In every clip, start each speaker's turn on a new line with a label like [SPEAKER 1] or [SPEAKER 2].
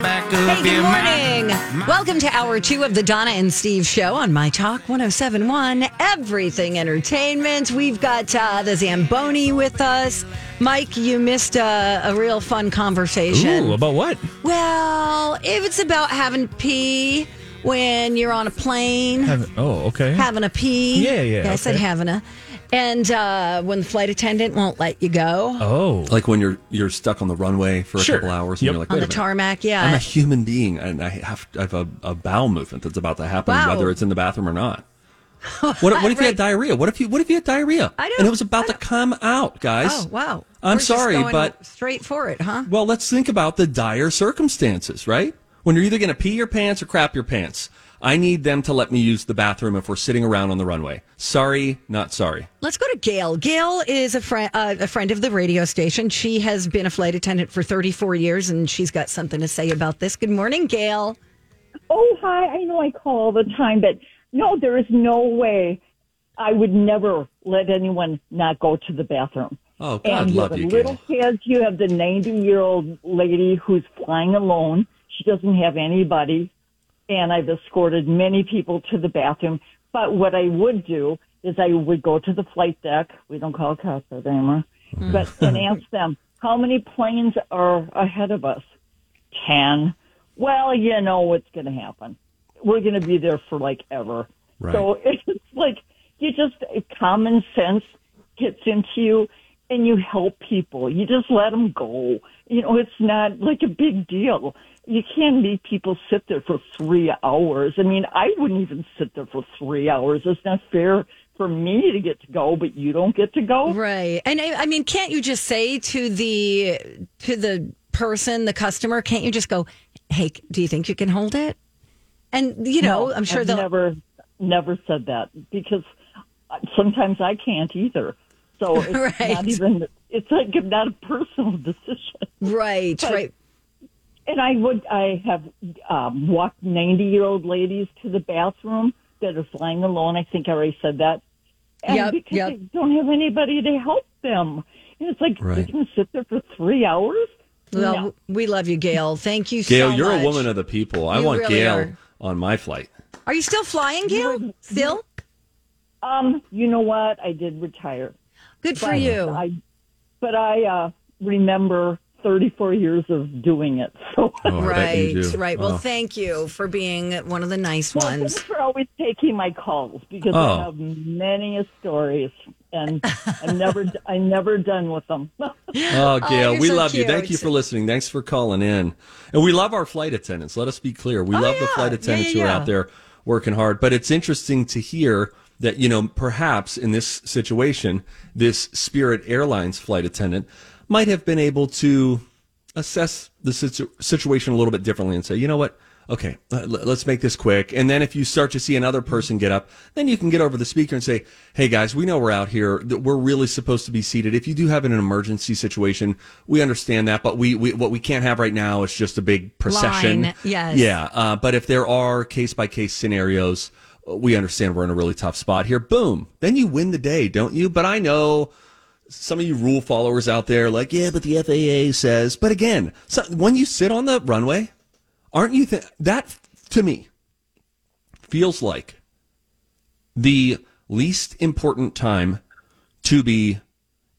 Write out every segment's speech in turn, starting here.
[SPEAKER 1] Hey, good morning. Welcome to hour two of the Donna and Steve show on My Talk 1071, Everything Entertainment. We've got uh, the Zamboni with us. Mike, you missed a, a real fun conversation.
[SPEAKER 2] Ooh, about what?
[SPEAKER 1] well, if it's about having pee when you're on a plane,
[SPEAKER 2] Have- oh, okay.
[SPEAKER 1] having a pee.
[SPEAKER 2] Yeah, yeah,
[SPEAKER 1] I said
[SPEAKER 2] okay.
[SPEAKER 1] having a. And uh, when the flight attendant won't let you go
[SPEAKER 2] oh,
[SPEAKER 3] like when you're you're stuck on the runway for a
[SPEAKER 2] Sure.
[SPEAKER 3] couple hours and
[SPEAKER 2] Yep.
[SPEAKER 3] you're like
[SPEAKER 1] on
[SPEAKER 3] Wait
[SPEAKER 1] the
[SPEAKER 3] a minute.
[SPEAKER 1] tarmac. Yeah.
[SPEAKER 3] I'm a human being and I have, I have a, a bowel movement that's about to happen
[SPEAKER 1] Wow.
[SPEAKER 3] whether it's in the bathroom or not. What, what if you had diarrhea? What if you what if you had diarrhea?
[SPEAKER 1] I don't-
[SPEAKER 3] and it was about
[SPEAKER 1] I
[SPEAKER 3] to come out, guys.
[SPEAKER 1] Oh wow!
[SPEAKER 3] I'm
[SPEAKER 1] We're just
[SPEAKER 3] sorry,
[SPEAKER 1] going
[SPEAKER 3] but-
[SPEAKER 1] straight for it, huh?
[SPEAKER 3] Well, let's think about the dire circumstances, right? When you're either going to pee your pants or crap your pants. I need them to let me use the bathroom if we're sitting around on the runway. Sorry, not sorry.
[SPEAKER 1] Let's go to Gail. Gail is a friend, uh, a friend of the radio station. She has been a flight attendant for 34 years, and she's got something to say about this. Good morning, Gail.
[SPEAKER 4] Oh, hi. I know I call all the time, but no, there is no way I would never let anyone not go to the bathroom.
[SPEAKER 3] Oh, God,
[SPEAKER 4] and you
[SPEAKER 3] love
[SPEAKER 4] have
[SPEAKER 3] you,
[SPEAKER 4] the little
[SPEAKER 3] Gail.
[SPEAKER 4] kids. You have the 90 year old lady who's flying alone. She doesn't have anybody. And I've escorted many people to the bathroom. But what I would do is I would go to the flight deck. We don't call it cockpit anymore.
[SPEAKER 3] Hmm.
[SPEAKER 4] But and ask them, how many planes are ahead of us? 10. Well, you know what's going to happen. We're going to be there for like ever.
[SPEAKER 3] Right.
[SPEAKER 4] So it's like you just common sense gets into you and you help people. You just let them go. You know, it's not like a big deal. You can't make people sit there for three hours. I mean, I wouldn't even sit there for three hours. It's not fair for me to get to go, but you don't get to go.
[SPEAKER 1] Right, and I, I mean, can't you just say to the to the person, the customer, can't you just go, "Hey, do you think you can hold it?" And you know, I'm sure
[SPEAKER 4] I've
[SPEAKER 1] they'll.
[SPEAKER 4] never never said that because sometimes I can't either. So it's
[SPEAKER 1] Right.
[SPEAKER 4] not even it's like not a personal decision.
[SPEAKER 1] right, right.
[SPEAKER 4] And I would I have um, walked ninety year old ladies to the bathroom that are flying alone. I think I already said that. And
[SPEAKER 1] Yep,
[SPEAKER 4] because
[SPEAKER 1] yep.
[SPEAKER 4] they don't have anybody to help them. And it's like
[SPEAKER 3] Right.
[SPEAKER 4] they can sit there for three hours.
[SPEAKER 1] Well,
[SPEAKER 4] No.
[SPEAKER 1] we love you, Gail. Thank you,
[SPEAKER 3] Gail,
[SPEAKER 1] so
[SPEAKER 3] you're
[SPEAKER 1] much.
[SPEAKER 3] a woman of the people. I
[SPEAKER 1] You
[SPEAKER 3] want
[SPEAKER 1] really
[SPEAKER 3] Gail
[SPEAKER 1] are.
[SPEAKER 3] on my flight.
[SPEAKER 1] Are you still flying, Gail? Still?
[SPEAKER 4] Um, you know what? I did retire.
[SPEAKER 1] Good for you.
[SPEAKER 4] I, but I uh, remember 34 years of doing it. So
[SPEAKER 3] Oh, I bet
[SPEAKER 1] Right,
[SPEAKER 3] you do.
[SPEAKER 1] right. Well,
[SPEAKER 3] Oh.
[SPEAKER 1] thank you for being one of the nice
[SPEAKER 4] well, thanks
[SPEAKER 1] ones.
[SPEAKER 4] for always taking my calls because
[SPEAKER 3] Oh.
[SPEAKER 4] I have many a stories, and I'm never I'm never done with them.
[SPEAKER 3] Oh, Gail,
[SPEAKER 1] you're
[SPEAKER 3] we
[SPEAKER 1] so
[SPEAKER 3] love you.
[SPEAKER 1] cute.
[SPEAKER 3] Thank you for listening. Thanks for calling in. And we love our flight attendants. Let us be clear. We love
[SPEAKER 1] Oh,
[SPEAKER 3] the
[SPEAKER 1] yeah.
[SPEAKER 3] flight
[SPEAKER 1] Yeah,
[SPEAKER 3] attendants
[SPEAKER 1] yeah,
[SPEAKER 3] who are
[SPEAKER 1] yeah.
[SPEAKER 3] out there working hard. But it's interesting to hear that, you know, perhaps in this situation, this Spirit Airlines flight attendant might have been able to assess the situ- situation a little bit differently and say, you know what? Okay, l- l- let's make this quick. And then if you start to see another person get up, then you can get over the speaker and say, Hey guys, we know we're out here. that We're really supposed to be seated. If you do have an emergency situation, we understand that, but we, we what we can't have right now is just a big procession.
[SPEAKER 1] Line, yes.
[SPEAKER 3] Yeah. Uh, but if there are case by case scenarios, we understand we're in a really tough spot here. Boom. Then you win the day, don't you? But I know some of you rule followers out there are like, yeah, but the FAA says. But again, so, when you sit on the runway, aren't you th- that to me feels like the least important time to be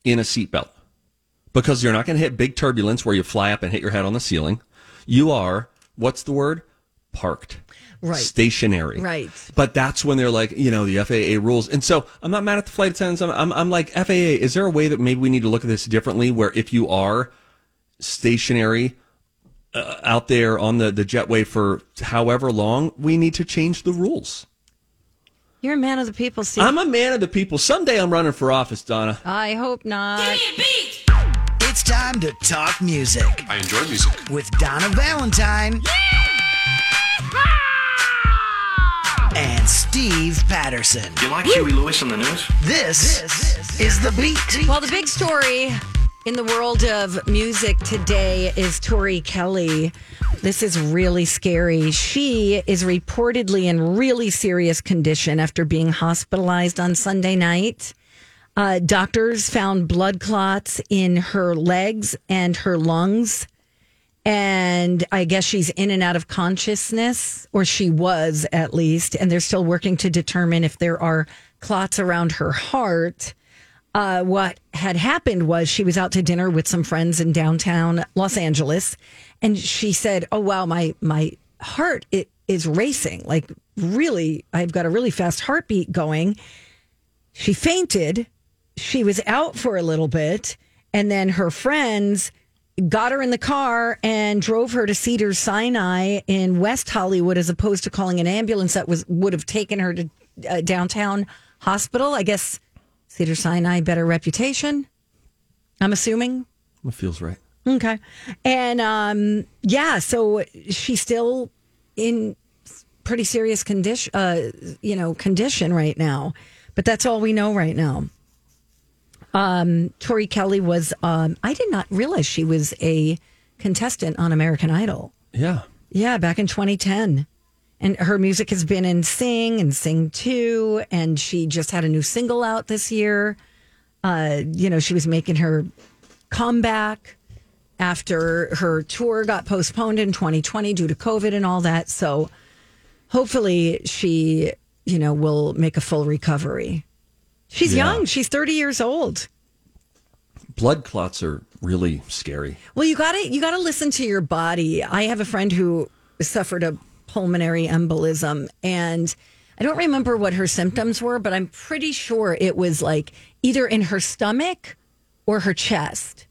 [SPEAKER 3] in a seatbelt because you're not going to hit big turbulence where you fly up and hit your head on the ceiling. You are what's the word? Parked.
[SPEAKER 1] Right.
[SPEAKER 3] Stationary.
[SPEAKER 1] Right.
[SPEAKER 3] But that's when they're like, you know, the FAA rules. And so I'm not mad at the flight attendants. I'm, I'm, I'm like, FAA, is there a way that maybe we need to look at this differently where if you are stationary uh, out there on the, the jetway for however long, we need to change the rules?
[SPEAKER 1] You're a man of the people, Steve.
[SPEAKER 3] I'm a man of the people. Someday I'm running for office, Donna.
[SPEAKER 1] I hope not.
[SPEAKER 5] It's
[SPEAKER 2] It's time to talk music
[SPEAKER 5] I enjoy music.
[SPEAKER 2] with Donna Valentine and Steve Patterson.
[SPEAKER 5] You like Huey Lewis on the news?
[SPEAKER 2] This, is the beat.
[SPEAKER 1] Well, the big story in the world of music today is Tori Kelly. This is really scary. She is reportedly in really serious condition after being hospitalized on Sunday night. Uh, doctors found blood clots in her legs and her lungs. And I guess she's in and out of consciousness, or she was at least. And they're still working to determine if there are clots around her heart uh, what had happened was she was out to dinner with some friends in downtown Los Angeles, and she said, "Oh wow, my my heart it is racing like really. I've got a really fast heartbeat going." She fainted. She was out for a little bit, and then her friends got her in the car and drove her to Cedars Sinai in West Hollywood, as opposed to calling an ambulance that was would have taken her to uh, downtown hospital. I guess Cedar Sinai better reputation. I'm assuming.
[SPEAKER 3] It feels right.
[SPEAKER 1] Okay. And um yeah, so she's still in pretty serious condition uh you know, condition right now. But that's all we know right now. Um Tori Kelly was um I did not realize she was a contestant on American Idol.
[SPEAKER 3] Yeah.
[SPEAKER 1] Yeah, back in 2010. And her music has been in Sing and Sing 2, and she just had a new single out this year. Uh, you know, she was making her comeback after her tour got postponed in 2020 due to COVID and all that. So hopefully she, you know, will make a full recovery. She's
[SPEAKER 3] Yeah.
[SPEAKER 1] young, she's 30 years old.
[SPEAKER 3] Blood clots are really scary.
[SPEAKER 1] Well, you got to you got to listen to your body. I have a friend who suffered a pulmonary embolism and I don't remember what her symptoms were, but I'm pretty sure it was like either in her stomach or her chest.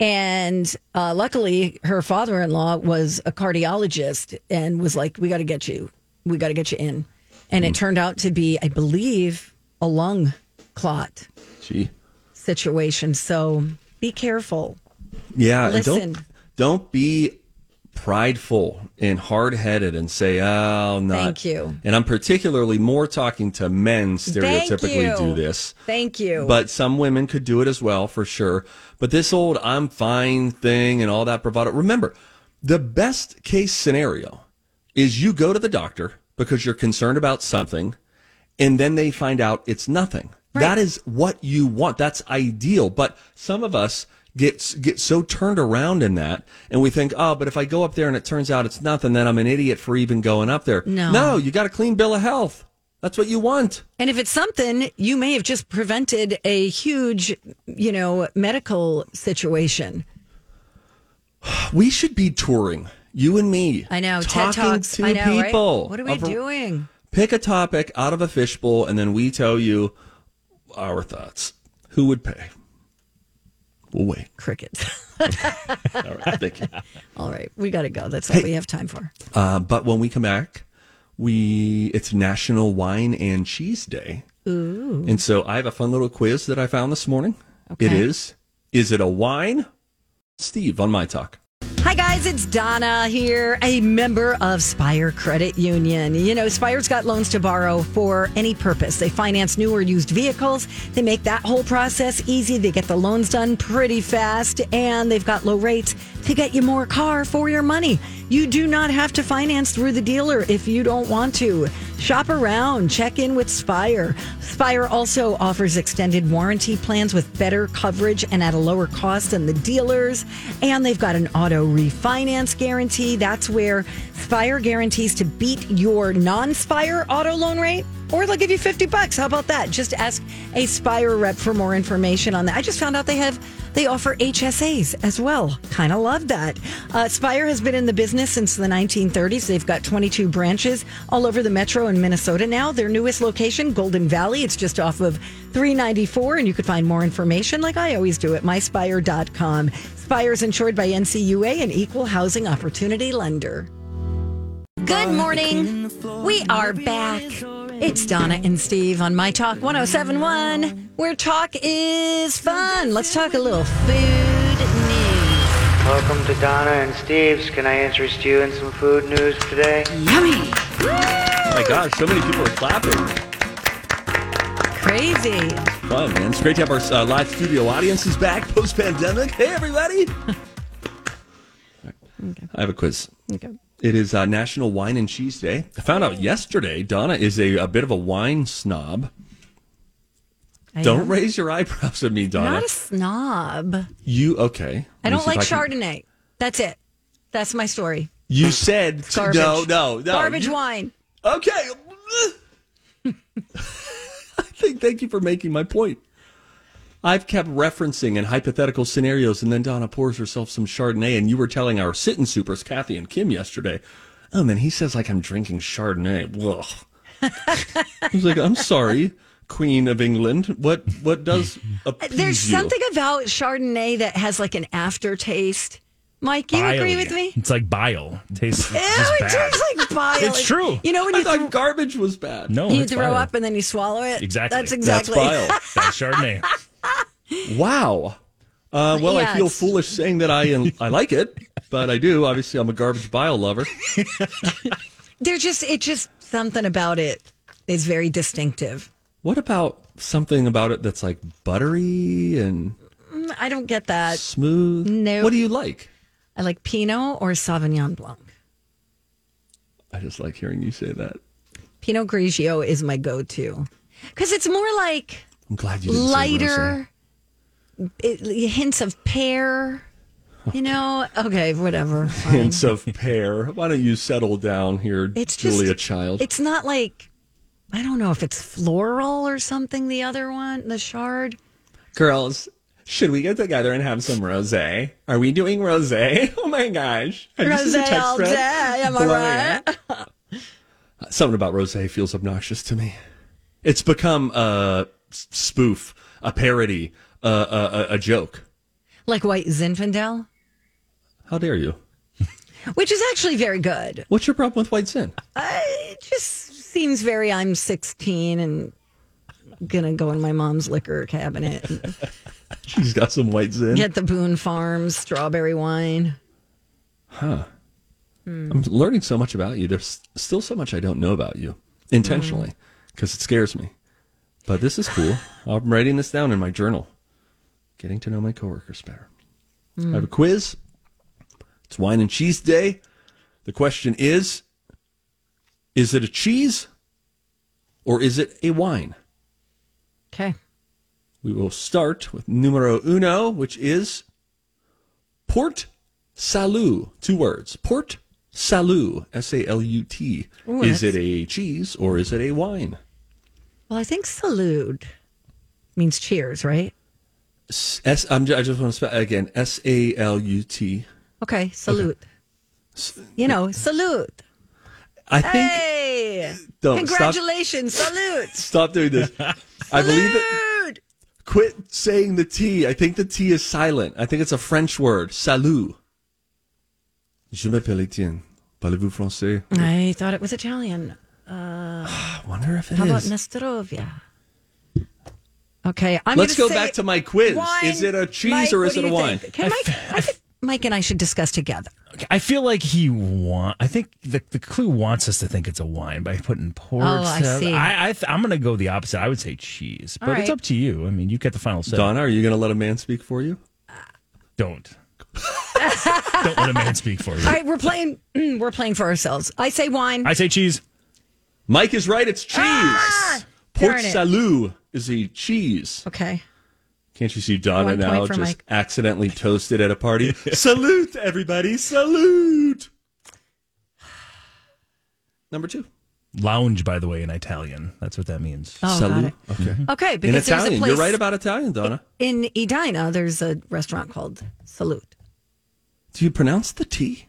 [SPEAKER 1] And uh, luckily, her father in law was a cardiologist and was like, We got to get you. We got to get you in. And it turned out to be, I believe, a lung clot
[SPEAKER 3] Gee.
[SPEAKER 1] situation. So be careful.
[SPEAKER 3] Yeah. and
[SPEAKER 1] Listen.
[SPEAKER 3] don't don't be prideful and hard headed and say, "Oh, I'm not."
[SPEAKER 1] Thank you.
[SPEAKER 3] And I'm particularly more talking to men stereotypically
[SPEAKER 1] Thank you.
[SPEAKER 3] do this.
[SPEAKER 1] Thank you.
[SPEAKER 3] But some women could do it as well, for sure. But this old I'm fine thing and all that bravado. Remember, the best case scenario is you go to the doctor because you're concerned about something, and then they find out it's nothing. That is what you want. That's ideal. But some of us get get so turned around in that, and we think, oh, but if I go up there and it turns out it's nothing, then I'm an idiot for even going up there.
[SPEAKER 1] No.
[SPEAKER 3] no, you got a clean bill of health. That's what you want.
[SPEAKER 1] And if it's something, you may have just prevented a huge, you know, medical situation.
[SPEAKER 3] We should be touring, you and me.
[SPEAKER 1] I know. TED
[SPEAKER 3] talking
[SPEAKER 1] Talks.
[SPEAKER 3] to
[SPEAKER 1] I know, right?
[SPEAKER 3] people.
[SPEAKER 1] What are we
[SPEAKER 3] Of-
[SPEAKER 1] doing?
[SPEAKER 3] Pick a topic out of a fishbowl, and then we tell you our thoughts. Who would pay? We'll wait.
[SPEAKER 1] Crickets.
[SPEAKER 3] All right, thank you.
[SPEAKER 1] All right, we got to go. That's all we have time for.
[SPEAKER 3] Uh, but when we come back, we it's National Wine and Cheese Day, Ooh. and so I have a fun little quiz that I found this morning. It
[SPEAKER 1] Okay.
[SPEAKER 3] is: Is it a wine? Steve on my talk.
[SPEAKER 1] Hi, guys, it's Donna here, a member of Spire Credit Union. You know, Spire's got loans to borrow for any purpose. They finance new or used vehicles, they make that whole process easy. They get the loans done pretty fast, and they've got low rates to get you more car for your money. You do not have to finance through the dealer if you don't want to. Shop around, check in with Spire. Spire also offers extended warranty plans with better coverage and at a lower cost than the dealers. And they've got an auto refinance guarantee. That's where Spire guarantees to beat your non Spire auto loan rate. Or they'll give you 50 bucks. How about that? Just ask a Spire rep for more information on that. I just found out they have they offer HSAs as well. Kind of love that. Uh, Spire has been in the business since the 1930s. They've got 22 branches all over the metro in Minnesota now. Their newest location, Golden Valley, it's just off of 394. And you could find more information, like I always do, at myspire.com. Spire is insured by NCUA, an equal housing opportunity lender. Good morning. We are back. It's Donna and Steve on My Talk 1071, where talk is fun. Let's talk a little food
[SPEAKER 5] Welcome to Donna and Steve's. Can I interest you in some food news today?
[SPEAKER 1] Yummy.
[SPEAKER 3] Oh my gosh, so many people are clapping.
[SPEAKER 1] Crazy.
[SPEAKER 3] Fun, man. It's great to have our uh, live studio audience is back post pandemic. Hey, everybody. I have a quiz.
[SPEAKER 1] Okay.
[SPEAKER 3] It is uh, National Wine and Cheese Day. I found out yesterday Donna is a, a bit of a wine snob.
[SPEAKER 1] I
[SPEAKER 3] Don't
[SPEAKER 1] am
[SPEAKER 3] raise your eyebrows at me, Donna.
[SPEAKER 1] Not a snob.
[SPEAKER 3] you okay?
[SPEAKER 1] I
[SPEAKER 3] Let me
[SPEAKER 1] don't
[SPEAKER 3] see if
[SPEAKER 1] like
[SPEAKER 3] can-
[SPEAKER 1] Chardonnay. That's it. That's my story.
[SPEAKER 3] You said
[SPEAKER 1] Garbage.
[SPEAKER 3] no, no, no.
[SPEAKER 1] Garbage
[SPEAKER 3] You-
[SPEAKER 1] wine.
[SPEAKER 3] Okay. I think thank you for making my point. I've kept referencing in hypothetical scenarios, and then Donna pours herself some Chardonnay, and you were telling our sit and supers, Kathy and Kim, yesterday. Oh man, he says like I'm drinking Chardonnay. Ugh. I was like, I'm sorry, Queen of England. What what does appease
[SPEAKER 1] Uh, There's
[SPEAKER 3] you?
[SPEAKER 1] something about Chardonnay that has like an aftertaste. Mike, you
[SPEAKER 6] Bile,
[SPEAKER 1] agree
[SPEAKER 6] yeah.
[SPEAKER 1] with me?
[SPEAKER 6] It's like bile. Tastes
[SPEAKER 1] Ew,
[SPEAKER 6] it's just
[SPEAKER 1] it
[SPEAKER 6] bad.
[SPEAKER 1] tastes like bile.
[SPEAKER 6] It's true.
[SPEAKER 1] You know when
[SPEAKER 3] I
[SPEAKER 1] you,
[SPEAKER 3] thought
[SPEAKER 1] th-
[SPEAKER 3] garbage was bad.
[SPEAKER 6] no,
[SPEAKER 1] you
[SPEAKER 6] it's
[SPEAKER 1] throw
[SPEAKER 6] bile.
[SPEAKER 1] up and then you swallow it?
[SPEAKER 6] Exactly.
[SPEAKER 1] That's
[SPEAKER 3] that's
[SPEAKER 1] exactly.
[SPEAKER 3] vile.
[SPEAKER 6] That's Chardonnay.
[SPEAKER 3] Wow. Uh, well,
[SPEAKER 1] Yeah,
[SPEAKER 3] I feel
[SPEAKER 1] it's-
[SPEAKER 3] foolish saying that I I like it, but I do. Obviously, I'm a garbage bile lover.
[SPEAKER 1] They're just it's just something about it is very distinctive.
[SPEAKER 3] What about something about it that's like buttery and
[SPEAKER 1] Mm, I don't get that.
[SPEAKER 3] smooth?
[SPEAKER 1] no.
[SPEAKER 3] What do you like?
[SPEAKER 1] I like Pinot or Sauvignon Blanc.
[SPEAKER 3] I just like hearing you say that.
[SPEAKER 1] Pinot Grigio is my go-to because it's more like
[SPEAKER 3] I'm glad you didn't say rosé.
[SPEAKER 1] lighter it, hints of pear. You know, okay, whatever. fine.
[SPEAKER 3] hints of pear. Why don't you settle down here,
[SPEAKER 1] It's just
[SPEAKER 3] Julia Child?
[SPEAKER 1] It's not like I don't know if it's floral or something. The other one, the shard.
[SPEAKER 3] Girls, should we get together and have some rosé? Are we doing rosé? Oh my gosh! Have you seen the
[SPEAKER 1] Rosé
[SPEAKER 3] text
[SPEAKER 1] all
[SPEAKER 3] thread?
[SPEAKER 1] day, am I
[SPEAKER 3] Blowing
[SPEAKER 1] right?
[SPEAKER 3] up. Uh, Something about rosé feels obnoxious to me. It's become a s- spoof, a parody, a, a, a- a joke.
[SPEAKER 1] Like white Zinfandel,
[SPEAKER 3] How dare you?
[SPEAKER 1] which is actually very good.
[SPEAKER 3] What's your problem with white sin?
[SPEAKER 1] Uh, it just seems very I'm 16 and gonna go in my mom's liquor cabinet and
[SPEAKER 3] She's got some white sin.
[SPEAKER 1] get the Boone Farms strawberry wine.
[SPEAKER 3] I'm learning so much about you. There's still so much I don't know about you intentionally because it scares me. But this is cool. I'm writing this down in my journal. Getting to know my coworkers better. I have a quiz. It's wine and cheese day. The question is Is it a cheese or is it a wine?
[SPEAKER 1] Okay.
[SPEAKER 3] We will start with numero uno, which is Port Salut. Two words. Port Salut. S A L U T.
[SPEAKER 1] Ooh,
[SPEAKER 3] Is
[SPEAKER 1] that's-
[SPEAKER 3] it a cheese or is it a wine?
[SPEAKER 1] Well, I think salute means cheers, right?
[SPEAKER 3] S- S. I'm ju- I just want to spell again. S A L U T.
[SPEAKER 1] Okay, salute. You know, salute.
[SPEAKER 3] I think.
[SPEAKER 1] Hey,
[SPEAKER 3] Don't stop.
[SPEAKER 1] congratulations, salute.
[SPEAKER 3] Stop doing this. I believe it.
[SPEAKER 1] Salute.
[SPEAKER 3] Quit saying the T. I think the T is silent. I think it's a French word. Salut. Je m'appelle Etienne. Parlez-vous français?
[SPEAKER 1] I thought it was Italian.
[SPEAKER 3] I wonder if it is.
[SPEAKER 1] How about Nesterovia? Okay, I'm
[SPEAKER 3] Let's
[SPEAKER 1] gonna
[SPEAKER 3] go
[SPEAKER 1] say
[SPEAKER 3] back to my quiz.
[SPEAKER 1] wine.
[SPEAKER 3] Is it a cheese
[SPEAKER 1] Mike,
[SPEAKER 3] or
[SPEAKER 1] what
[SPEAKER 3] is
[SPEAKER 1] do
[SPEAKER 3] it a
[SPEAKER 1] you
[SPEAKER 3] wine?
[SPEAKER 1] think? Can Mike, I think Mike and I should discuss together.
[SPEAKER 6] I feel like he want. I think the, the clue wants us to think it's a wine by putting port.
[SPEAKER 1] Oh, I
[SPEAKER 6] stuff.
[SPEAKER 1] see.
[SPEAKER 6] I, I th- I'm going to go the opposite. I would say cheese, but
[SPEAKER 1] All
[SPEAKER 6] it's
[SPEAKER 1] right.
[SPEAKER 6] up to you. I mean, you get the final say.
[SPEAKER 3] Donna, are you going to let a man speak for you?
[SPEAKER 6] Don't. Don't let a man speak for you.
[SPEAKER 1] All right, we're playing. We're playing for ourselves. I say wine.
[SPEAKER 6] I say cheese.
[SPEAKER 3] Mike is right. It's cheese. Port
[SPEAKER 1] Ah, darn it.
[SPEAKER 3] Salut is a cheese.
[SPEAKER 1] okay.
[SPEAKER 3] Can't you see Donna
[SPEAKER 1] One point
[SPEAKER 3] now
[SPEAKER 1] for
[SPEAKER 3] just
[SPEAKER 1] Mike.
[SPEAKER 3] accidentally toasted at a party? salute, everybody. Salute. Number two.
[SPEAKER 6] Lounge, by the way, in Italian. That's what that means.
[SPEAKER 1] Oh, got
[SPEAKER 3] salute.
[SPEAKER 1] it.
[SPEAKER 3] Okay.
[SPEAKER 1] Okay,
[SPEAKER 3] In
[SPEAKER 1] because there's a
[SPEAKER 3] Italian.
[SPEAKER 1] place
[SPEAKER 3] You're right about Italian, Donna.
[SPEAKER 1] in Edina. There's a restaurant called Salute.
[SPEAKER 3] Do you pronounce the T?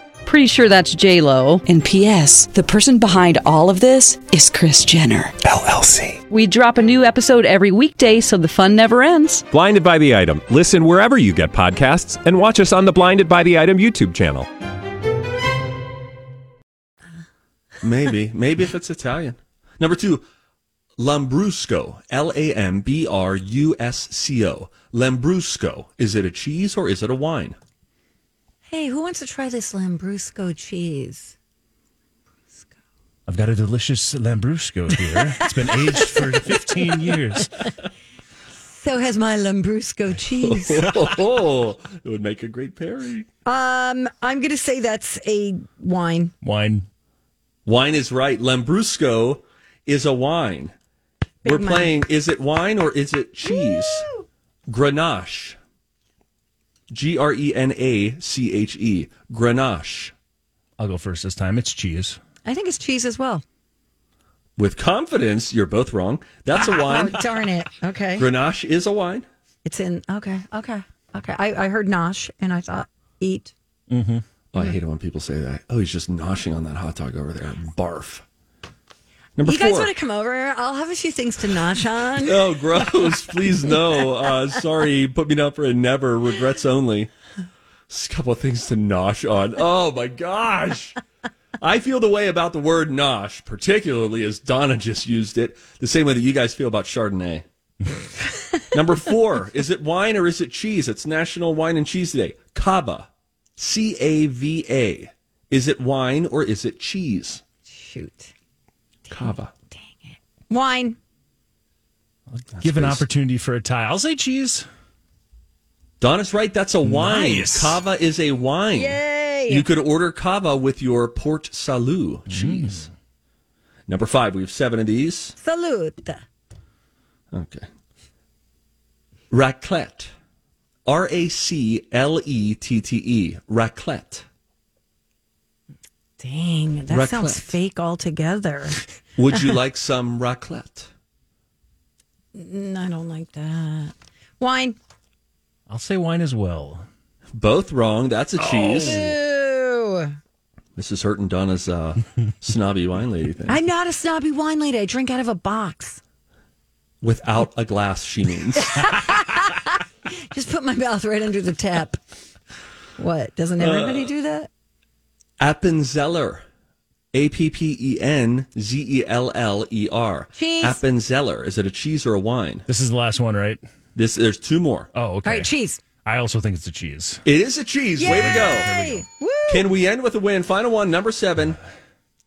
[SPEAKER 7] pretty sure that's J Lo.
[SPEAKER 8] And P.S. The person behind all of this is Chris Jenner.
[SPEAKER 9] LLC.
[SPEAKER 7] We drop a new episode every weekday, so the fun never ends.
[SPEAKER 9] Blinded by the Item. Listen wherever you get podcasts and watch us on the Blinded by the Item YouTube channel.
[SPEAKER 3] Maybe. Maybe if it's Italian. Number two, Lambrusco. L A M B R U S C O. Lambrusco. Is it a cheese or is it a wine?
[SPEAKER 1] Hey, who wants to try this Lambrusco cheese?
[SPEAKER 6] I've got a delicious Lambrusco here. It's been aged for 15 years.
[SPEAKER 1] So has my Lambrusco cheese.
[SPEAKER 3] Oh, it would make a great pairing.
[SPEAKER 1] um, I'm going to say that's a wine.
[SPEAKER 6] Wine.
[SPEAKER 3] Wine is right. Lambrusco is a wine. We're
[SPEAKER 1] money.
[SPEAKER 3] playing is it wine or is it cheese? Grenache. G R E N A C H E. Grenache.
[SPEAKER 6] I'll go first this time. It's cheese.
[SPEAKER 1] I think it's cheese as well.
[SPEAKER 3] With confidence, you're both wrong. That's a
[SPEAKER 1] Oh,
[SPEAKER 3] wine.
[SPEAKER 1] darn it. Okay.
[SPEAKER 3] Grenache is a wine.
[SPEAKER 1] It's in. Okay. Okay. Okay. I, I heard nosh and I thought eat.
[SPEAKER 3] Oh, I hate it when people say that. Oh, he's just noshing on that hot dog over there. Barf. Number
[SPEAKER 1] you
[SPEAKER 3] four.
[SPEAKER 1] guys want to come over? I'll have a few things to nosh on.
[SPEAKER 3] Oh, gross. Please, no. Uh, sorry. Put me down for a never. Regrets only. Just a couple of things to nosh on. Oh, my gosh. I feel the way about the word nosh, particularly as Donna just used it, the same way that you guys feel about Chardonnay. Number four. Is it wine or is it cheese? It's National Wine and Cheese Day. Cava. C A V A. Is it wine or is it cheese?
[SPEAKER 1] Shoot.
[SPEAKER 3] Cava.
[SPEAKER 1] Wine.
[SPEAKER 6] Give an opportunity for a tie. I'll say cheese.
[SPEAKER 3] Donna's right. That's a wine. Cava is a wine.
[SPEAKER 1] Yay.
[SPEAKER 3] You could order cava with your port salut cheese. Number five. We have seven of these.
[SPEAKER 1] Salute.
[SPEAKER 3] Okay. Raclette. R A C L E T T E. Raclette.
[SPEAKER 1] Dang, that sounds
[SPEAKER 3] Raclette.
[SPEAKER 1] fake altogether.
[SPEAKER 3] Would you like some raclette?
[SPEAKER 1] Mm, I don't like that. Wine.
[SPEAKER 6] I'll say wine as well.
[SPEAKER 3] Both wrong. That's a cheese.
[SPEAKER 1] Oh. Ew.
[SPEAKER 3] Mrs. Hurt and Donna's uh, snobby wine lady thing.
[SPEAKER 1] I'm not a snobby wine lady. I drink out of a box.
[SPEAKER 3] Without a glass, she means.
[SPEAKER 1] Just put my mouth right under the tap. What? Doesn't everybody do that?
[SPEAKER 3] Appenzeller. A P P E N Z E L L E R.
[SPEAKER 1] Cheese.
[SPEAKER 3] Appenzeller. Is it a cheese or a wine?
[SPEAKER 6] This is the last one, right?
[SPEAKER 3] This there's two more.
[SPEAKER 6] Oh, okay.
[SPEAKER 1] All right, cheese.
[SPEAKER 6] I also think it's a cheese.
[SPEAKER 3] It is a cheese. Way to go.
[SPEAKER 1] Hey, woo.
[SPEAKER 3] Can we end with a win? Final one, number seven.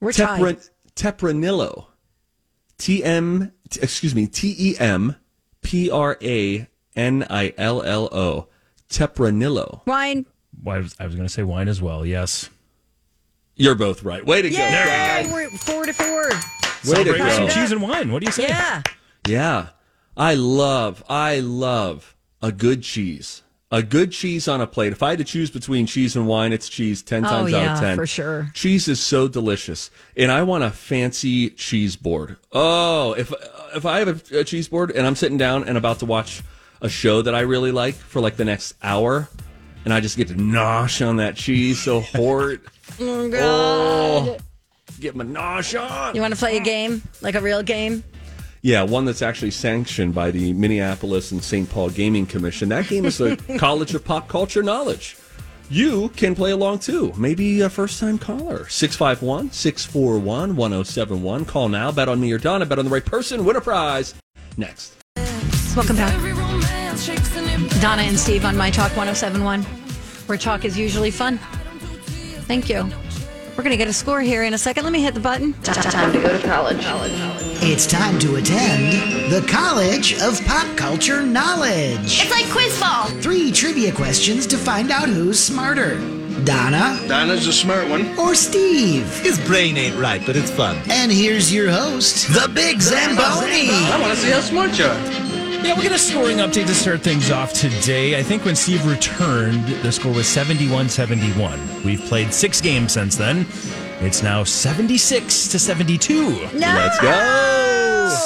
[SPEAKER 1] We're tied.
[SPEAKER 3] Tepra- Tepranillo. T M t- excuse me, T E M P R A N I L L O. Tepranillo.
[SPEAKER 1] Wine.
[SPEAKER 6] Why was, I was going to say wine as well. Yes.
[SPEAKER 3] You're both right. Way to go.
[SPEAKER 1] Yay! We're four to four.
[SPEAKER 3] Way to
[SPEAKER 6] Celebrate with some
[SPEAKER 3] go.
[SPEAKER 6] cheese and wine. What do you say?
[SPEAKER 1] Yeah.
[SPEAKER 3] Yeah. I love, I love a good cheese. A good cheese on a plate. If I had to choose between cheese and wine, it's cheese 10
[SPEAKER 1] Oh,
[SPEAKER 3] times out
[SPEAKER 1] yeah,
[SPEAKER 3] of 10.
[SPEAKER 1] for sure.
[SPEAKER 3] Cheese is so delicious. And I want a fancy cheese board. Oh, if if I have a, a cheese board and I'm sitting down and about to watch a show that I really like for like the next hour and I just get to nosh on that cheese so hard.
[SPEAKER 1] Oh, God.
[SPEAKER 3] oh, get my nosh on.
[SPEAKER 1] You want to play a game? Like a real game?
[SPEAKER 3] Yeah, one that's actually sanctioned by the Minneapolis and St. Paul Gaming Commission. That game is the College of Pop Culture Knowledge. You can play along too. Maybe a first time caller. 651 641 1071. Call now. Bet on me or Donna. Bet on the right person. Win a prize. Next.
[SPEAKER 1] Welcome back. Donna and Steve on My Talk 1071, where talk is usually fun. Thank you. We're going to get a score here in a second. Let me hit the button.
[SPEAKER 2] It's time to attend the College of Pop Culture Knowledge. It's like quiz ball. Three trivia questions to find out who's smarter. Donna
[SPEAKER 10] Dinah's a smart one.
[SPEAKER 2] or Steve?
[SPEAKER 10] His brain ain't right, but it's fun.
[SPEAKER 2] And here's your host, the Big Zamboni.
[SPEAKER 10] I want to see how smart you are.
[SPEAKER 6] Yeah, we're going to scoring update to start things off today. I think when Steve returned, the score was 71 71. We've played six games since then. It's now 76 to 72.
[SPEAKER 3] Let's go.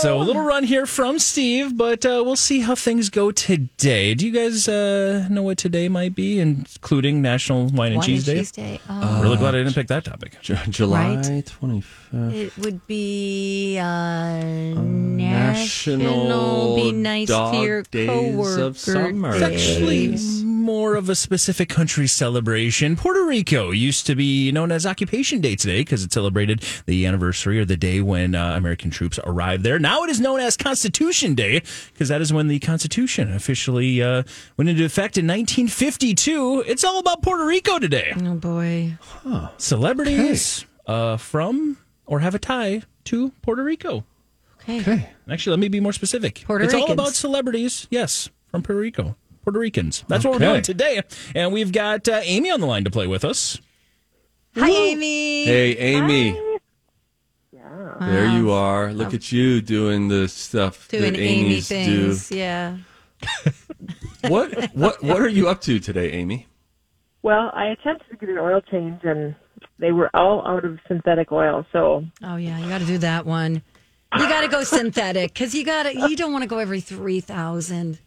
[SPEAKER 6] So a little run here from Steve, but uh, we'll see how things go today. Do you guys uh, know what today might be, including National Wine and
[SPEAKER 1] Wine
[SPEAKER 6] Cheese
[SPEAKER 1] and
[SPEAKER 6] Day?
[SPEAKER 1] Cheese Day. Oh.
[SPEAKER 6] really glad I didn't pick that topic.
[SPEAKER 3] July
[SPEAKER 1] Right.
[SPEAKER 3] 25th.
[SPEAKER 1] It would be uh, national. Be nice
[SPEAKER 6] Dog
[SPEAKER 1] to your
[SPEAKER 6] Days
[SPEAKER 1] coworker.
[SPEAKER 6] of Summer. It's actually more of a specific country celebration. Puerto Rico used to be known as Occupation Day today because it celebrated the anniversary or the day when uh, American troops arrived there. Now it is known as Constitution Day because that is when the Constitution officially uh, went into effect in 1952. It's all about Puerto Rico today.
[SPEAKER 1] Oh boy.
[SPEAKER 6] Celebrities uh, from or have a tie to Puerto Rico.
[SPEAKER 1] Okay.
[SPEAKER 6] Actually, let me be more specific.
[SPEAKER 1] Puerto
[SPEAKER 6] it's all
[SPEAKER 1] Ricans.
[SPEAKER 6] about celebrities, yes, from Puerto Rico. Puerto Ricans. That's what
[SPEAKER 1] Okay.
[SPEAKER 6] we're doing today. And we've got uh, Amy on the line to play with us.
[SPEAKER 1] Hi, Amy. Uh, um,
[SPEAKER 3] Hey, Amy. There you are. Look at you doing the stuff
[SPEAKER 1] Doing
[SPEAKER 3] that
[SPEAKER 1] Amy
[SPEAKER 3] Amy's
[SPEAKER 1] things. Yeah.
[SPEAKER 3] do. What what what are you up to today, Amy?
[SPEAKER 4] Well, I attempted to get an oil change, and they were all out of synthetic oil. So
[SPEAKER 11] Oh yeah,
[SPEAKER 1] You got to do that one. You got to go synthetic because you got to. You don't want to go every three thousand.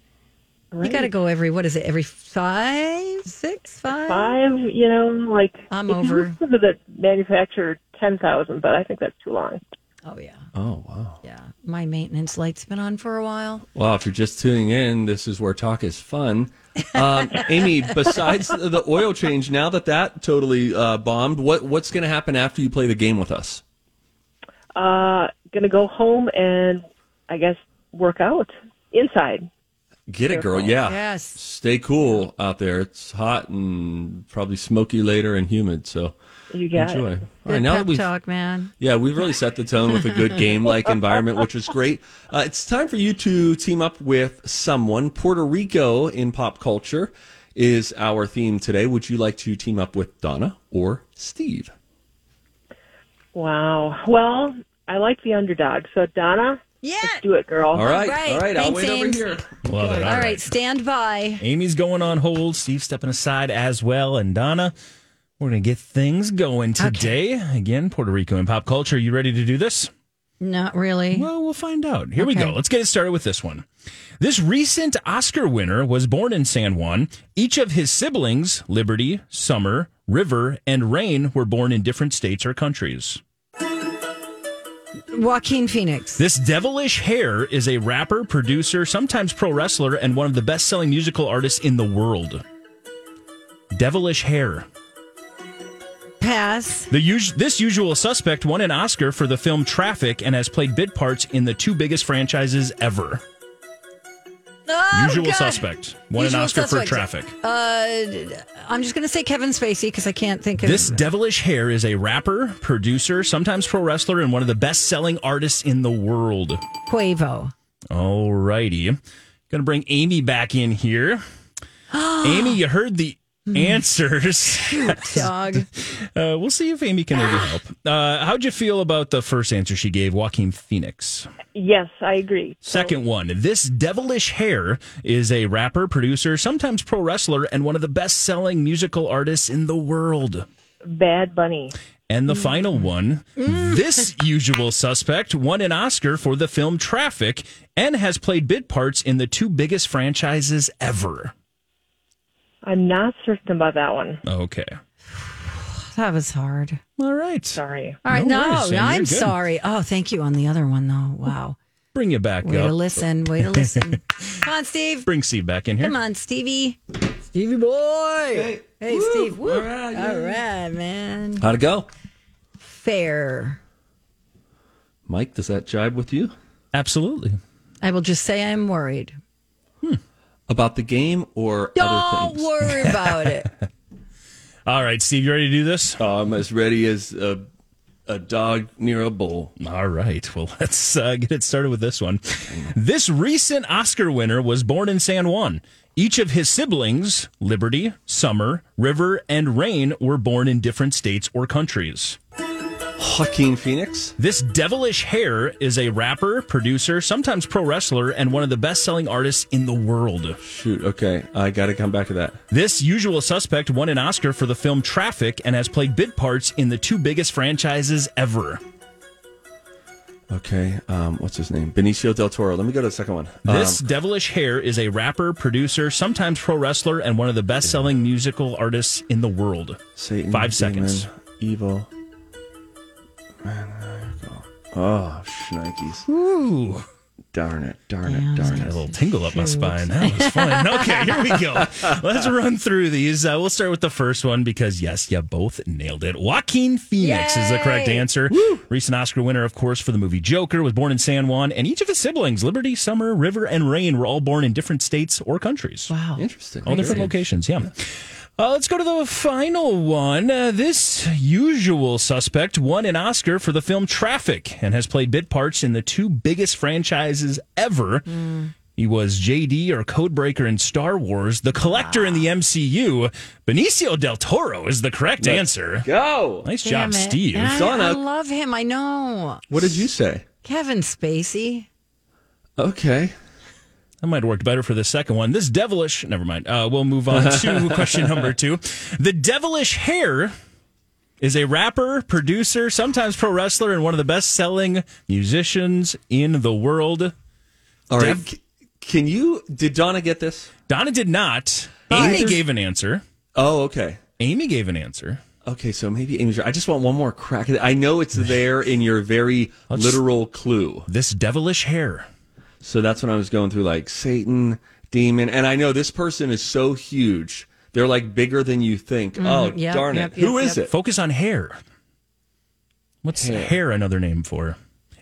[SPEAKER 1] You got to go every what is it? Every five, six, five.
[SPEAKER 4] five, you know, like
[SPEAKER 1] I'm
[SPEAKER 4] if you
[SPEAKER 1] over.
[SPEAKER 4] listen to the manufacturer ten thousand, but I think that's too long.
[SPEAKER 1] Oh yeah.
[SPEAKER 3] Oh wow.
[SPEAKER 1] Yeah. My maintenance light's been on for a while.
[SPEAKER 3] Well, if you're just tuning in, this is where talk is fun. Um, Amy, besides the oil change, now that that totally uh, bombed, what what's going to happen after you play the game with us?
[SPEAKER 4] Uh, gonna go home and I guess work out inside.
[SPEAKER 3] Get it, girl. Yeah.
[SPEAKER 4] Yes.
[SPEAKER 3] Stay cool out there. It's hot and probably smoky later and humid. So
[SPEAKER 4] You got it.
[SPEAKER 3] enjoy. All
[SPEAKER 1] Good
[SPEAKER 3] right, now
[SPEAKER 1] pep
[SPEAKER 3] that we've
[SPEAKER 1] talk, man.
[SPEAKER 3] Yeah, we've really set the tone with a good game like environment, which is great. Uh, it's time for you to team up with someone. Puerto Rico in pop culture is our theme today. Would you like to team up with Donna or Steve?
[SPEAKER 4] Wow. Well, I like the underdog. So Donna,
[SPEAKER 1] yeah,
[SPEAKER 4] let's do it, girl.
[SPEAKER 3] All right,
[SPEAKER 1] All right, I'll thanks, wait over Ames. here.
[SPEAKER 6] Love it.
[SPEAKER 1] All right, stand by.
[SPEAKER 6] Amy's going on hold. Steve stepping aside as well. And Donna, we're going to get things going today. Again, Puerto Rico and pop culture. You ready to do this?
[SPEAKER 1] Not really.
[SPEAKER 6] Well, we'll find out. Here we go. Let's get it started with this one. This recent Oscar winner was born in San Juan. Each of his siblings, Liberty, Summer, River, and Rain, were born in different states or countries.
[SPEAKER 1] Joaquin Phoenix.
[SPEAKER 6] This devilish hair is a rapper, producer, sometimes pro wrestler, and one of the best selling musical artists in the world. Devilish hair.
[SPEAKER 1] Pass.
[SPEAKER 6] The us- this usual suspect won an Oscar for the film Traffic and has played bit parts in the two biggest franchises ever.
[SPEAKER 1] Oh,
[SPEAKER 6] usual
[SPEAKER 1] God.
[SPEAKER 6] suspect won
[SPEAKER 1] Usual
[SPEAKER 6] an Oscar
[SPEAKER 1] suspect.
[SPEAKER 6] for Traffic.
[SPEAKER 1] Uh, d- I'm just going to say Kevin Spacey because I can't think of
[SPEAKER 6] This devilish hair is a rapper, producer, sometimes pro wrestler, and one of the best selling artists in the world.
[SPEAKER 1] Quavo.
[SPEAKER 6] All righty. Gonna bring Amy back in here. Amy, you heard the
[SPEAKER 1] Hmm.
[SPEAKER 6] answers.
[SPEAKER 1] Dog.
[SPEAKER 6] Uh, we'll see if Amy can maybe
[SPEAKER 1] Ah.
[SPEAKER 6] help. Uh, how'd you feel about the first answer she gave, Joaquin Phoenix?
[SPEAKER 4] Yes, I agree.
[SPEAKER 6] Second
[SPEAKER 1] Oh.
[SPEAKER 6] one. This devilish hair is a rapper, producer, sometimes pro wrestler, and one of the best selling musical artists in the world.
[SPEAKER 4] Bad Bunny.
[SPEAKER 6] And
[SPEAKER 1] Mm.
[SPEAKER 6] the final one this usual suspect won an Oscar for the film Traffic and has played bit parts in the two biggest franchises ever.
[SPEAKER 4] I'm not certain about that one.
[SPEAKER 6] Okay.
[SPEAKER 1] That was hard.
[SPEAKER 6] All right.
[SPEAKER 4] Sorry.
[SPEAKER 1] All right. No,
[SPEAKER 6] No worries, Sam,
[SPEAKER 1] no,
[SPEAKER 6] you're
[SPEAKER 1] I'm
[SPEAKER 6] good.
[SPEAKER 1] sorry. Oh, thank you on the other one, though. Wow.
[SPEAKER 6] Bring you back
[SPEAKER 1] Way
[SPEAKER 6] up.
[SPEAKER 1] to listen. Way to listen. Come on, Steve.
[SPEAKER 6] Bring Steve back in here.
[SPEAKER 1] Come on, Stevie. Stevie boy. Hey, Steve. Woo. All right, man.
[SPEAKER 3] How'd it go?
[SPEAKER 1] Fair.
[SPEAKER 3] Mike, does that jibe with you?
[SPEAKER 6] Absolutely.
[SPEAKER 1] I will just say I'm worried.
[SPEAKER 3] About the game or other
[SPEAKER 1] Don't
[SPEAKER 3] things?
[SPEAKER 1] worry about it.
[SPEAKER 6] All right, Steve, you ready to do this?
[SPEAKER 3] I'm as ready as a, a dog near a bowl.
[SPEAKER 6] All right. Well, let's uh, get it started with this one. This recent Oscar winner was born in San Juan. Each of his siblings, Liberty, Summer, River, and Rain, were born in different states or countries.
[SPEAKER 3] Joaquin Phoenix.
[SPEAKER 6] This devilish hair is a rapper, producer, sometimes pro wrestler, and one of the best selling artists in the world.
[SPEAKER 3] Shoot. Okay. I got to come back to that.
[SPEAKER 6] This usual suspect won an Oscar for the film Traffic and has played bit parts in the two biggest franchises ever.
[SPEAKER 3] Okay, um, what's his name? Benicio del Toro. Let me go to the second one.
[SPEAKER 6] This
[SPEAKER 3] Um,
[SPEAKER 6] devilish hair is a rapper, producer, sometimes pro wrestler, and one of the best selling musical artists in the world.
[SPEAKER 3] Satan,
[SPEAKER 6] Five seconds.
[SPEAKER 3] demon, evil. Oh, shnikes.
[SPEAKER 6] Ooh.
[SPEAKER 3] Darn it, darn it, darn it.
[SPEAKER 6] Got a little tingle up my spine. That was fun. Okay, here we go. Let's run through these. Uh, we'll start with the first one because, yes, you both nailed it. Joaquin Phoenix is the correct
[SPEAKER 12] Yay!
[SPEAKER 6] answer. Recent Oscar winner, of course, for the movie Joker, was born in San Juan, and each of his siblings, Liberty, Summer, River, and Rain, were all born in different states or countries. Wow.
[SPEAKER 3] Interesting.
[SPEAKER 6] All different locations, yeah. Uh, let's go to the final one. Uh, this usual suspect won an Oscar for the film Traffic and has played bit parts in the two biggest franchises ever.
[SPEAKER 13] Hmm.
[SPEAKER 6] He was JD or Codebreaker in Star Wars, the collector in the
[SPEAKER 13] Ah.
[SPEAKER 6] MCU. Benicio del Toro is the correct
[SPEAKER 3] Let's
[SPEAKER 6] answer.
[SPEAKER 3] Go.
[SPEAKER 6] Nice
[SPEAKER 13] Damn
[SPEAKER 6] job,
[SPEAKER 13] it.
[SPEAKER 6] Steve.
[SPEAKER 13] I, I love him. I know.
[SPEAKER 3] What did you say?
[SPEAKER 13] Kevin Spacey.
[SPEAKER 3] Okay.
[SPEAKER 6] That might have worked better for the second one. This devilish, never mind. Uh, we'll move on to question number two. The devilish hair is a rapper, producer, sometimes pro wrestler, and one of the best selling musicians in the world.
[SPEAKER 3] All right. C- can you, did Donna get this?
[SPEAKER 6] Donna did not. Amy gave an answer.
[SPEAKER 3] Oh, okay.
[SPEAKER 6] Amy gave an answer.
[SPEAKER 3] Okay, so maybe Amy's. I just want one more crack. at it. I know it's there in your very literal clue.
[SPEAKER 6] This devilish hair.
[SPEAKER 3] So that's when I was going through like Satan, demon, and I know this person is so huge. They're like bigger than you think.
[SPEAKER 13] Mm-hmm.
[SPEAKER 6] Mhm.
[SPEAKER 3] oh,
[SPEAKER 6] Yep,
[SPEAKER 3] darn
[SPEAKER 6] yep,
[SPEAKER 3] it. Who
[SPEAKER 6] yep,
[SPEAKER 3] is
[SPEAKER 6] yep.
[SPEAKER 3] it?
[SPEAKER 6] Focus on hair. What's hair,
[SPEAKER 3] Hair.
[SPEAKER 6] another name for?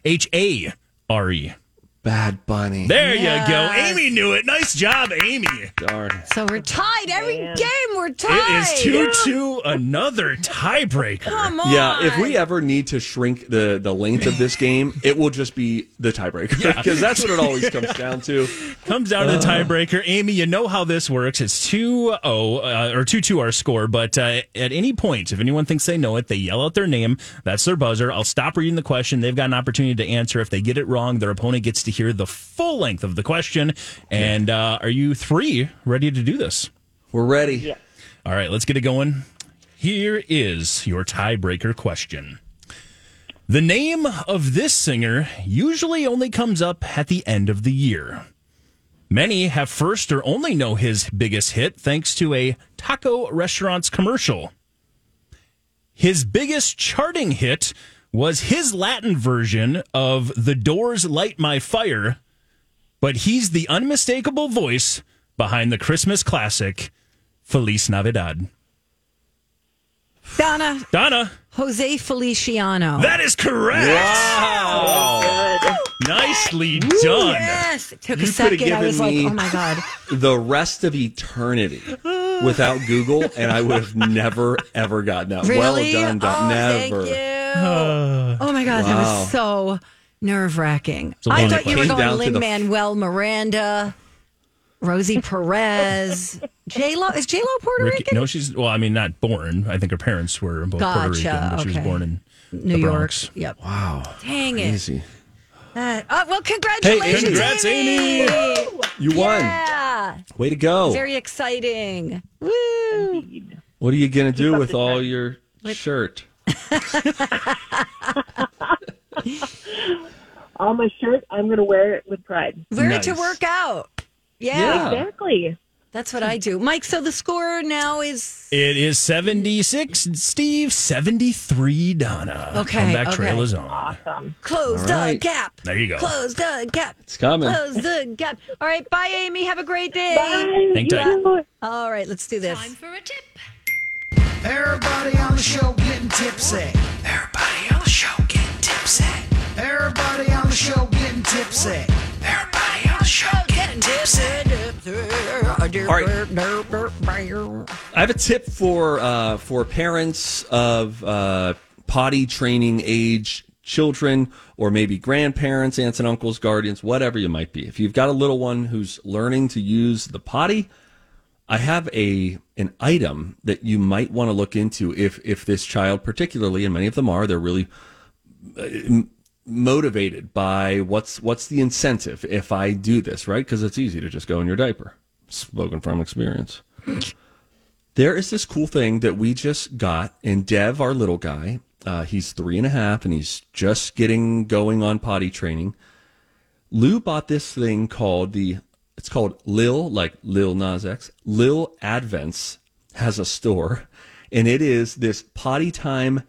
[SPEAKER 6] H A R E.
[SPEAKER 3] Bad Bunny.
[SPEAKER 6] There you go.
[SPEAKER 13] Yes.
[SPEAKER 6] Amy knew it. Nice job, Amy.
[SPEAKER 3] Darn.
[SPEAKER 13] So we're tied. Every game we're tied.
[SPEAKER 6] It is 2 2, another tiebreaker.
[SPEAKER 13] Come on.
[SPEAKER 3] Yeah, if we ever need to shrink the, the length of this game, it will just be the tiebreaker because that's what it always comes down to.
[SPEAKER 6] Comes down to the tiebreaker. Amy, you know how this works. It's 2 0 uh, or 2 2 our score, but uh, at any point, if anyone thinks they know it, they yell out their name. That's their buzzer. I'll stop reading the question. They've got an opportunity to answer. If they get it wrong, their opponent gets to hear the full length of the question. And uh, are you three ready to do this?
[SPEAKER 3] We're ready.
[SPEAKER 6] All right, let's get it going. Here is your tiebreaker question. The name of this singer usually only comes up at the end of the year. Many have first or only know his biggest hit thanks to a taco restaurant's commercial. His biggest charting hit was his Latin version of The Doors Light My Fire, but he's the unmistakable voice behind the Christmas classic Feliz Navidad.
[SPEAKER 13] Donna.
[SPEAKER 6] Donna.
[SPEAKER 13] Jose Feliciano.
[SPEAKER 6] That is correct. Wow. Nicely done.
[SPEAKER 13] Yes. It took a
[SPEAKER 3] You coulda
[SPEAKER 13] second. I
[SPEAKER 3] given
[SPEAKER 13] was like,
[SPEAKER 3] me-
[SPEAKER 13] oh my God.
[SPEAKER 3] the rest of eternity without Google, and I would have never ever gotten that. Well
[SPEAKER 13] Really?
[SPEAKER 3] done, Dot.
[SPEAKER 13] Oh, thank
[SPEAKER 3] never.
[SPEAKER 13] Oh my God. That
[SPEAKER 3] Wow.
[SPEAKER 13] was so nerve wracking.
[SPEAKER 3] It's a
[SPEAKER 13] I
[SPEAKER 3] loaded
[SPEAKER 13] thought you were
[SPEAKER 3] question.
[SPEAKER 13] going
[SPEAKER 3] Down to
[SPEAKER 13] Lin
[SPEAKER 3] the-
[SPEAKER 13] Manuel Miranda, Rosie Perez, J Lo. Is J Lo Puerto
[SPEAKER 6] Ricky-
[SPEAKER 13] Rican?
[SPEAKER 6] no, she's well. I mean, not born. I think her parents were both Puerto Rican,
[SPEAKER 13] Gotcha,
[SPEAKER 6] but she was
[SPEAKER 13] okay.
[SPEAKER 6] born in
[SPEAKER 13] New
[SPEAKER 6] the
[SPEAKER 13] York.
[SPEAKER 6] Bronx.
[SPEAKER 13] Yep.
[SPEAKER 3] Wow.
[SPEAKER 13] Dang it.
[SPEAKER 3] Crazy.
[SPEAKER 13] Uh, oh, well, congratulations.
[SPEAKER 3] congrats, Amy. You
[SPEAKER 13] Yeah.
[SPEAKER 3] won. Way to go.
[SPEAKER 13] Very exciting. Woo.
[SPEAKER 3] what are you gonna do with all your shirt?
[SPEAKER 14] On my shirt, I'm going to wear it with pride.
[SPEAKER 13] Wear it to
[SPEAKER 14] Nice.
[SPEAKER 13] work out. Yeah.
[SPEAKER 6] Yeah.
[SPEAKER 14] Exactly.
[SPEAKER 13] That's what I do. Mike, so the score now is
[SPEAKER 6] It is seventy six. Steve seventy three. Donna.
[SPEAKER 13] Okay,
[SPEAKER 6] Comeback
[SPEAKER 13] okay.
[SPEAKER 6] trail is on.
[SPEAKER 13] close
[SPEAKER 6] All
[SPEAKER 13] the
[SPEAKER 6] right.
[SPEAKER 13] gap.
[SPEAKER 6] There you go.
[SPEAKER 13] Close the gap. It's
[SPEAKER 6] coming.
[SPEAKER 13] Close the gap. All right. Bye, Amy. Have a great day.
[SPEAKER 6] Thank you.
[SPEAKER 13] Yeah. All right. Let's do this. Time for a tip.
[SPEAKER 2] Everybody on the show getting tipsy. Everybody on the show getting tipsy. Everybody on the show getting tipsy. Everybody on the show getting tipsy.
[SPEAKER 3] All right. I have a tip for uh, for parents of uh, potty training age children, or maybe grandparents, aunts and uncles, guardians, whatever you might be. If you've got a little one who's learning to use the potty, I have a an item that you might want to look into if if this child, particularly, and many of them are, they're really uh, motivated by what's what's the incentive if I do this, right? Because it's easy to just go in your diaper. Spoken from experience. there is this cool thing that we just got, and Dev, our little guy, Uh, he's three and a half, and he's just getting going on potty training. Lou bought this thing called the. It's called Lil, like Lil Nas X. Lil Advents has a store, and it is this potty time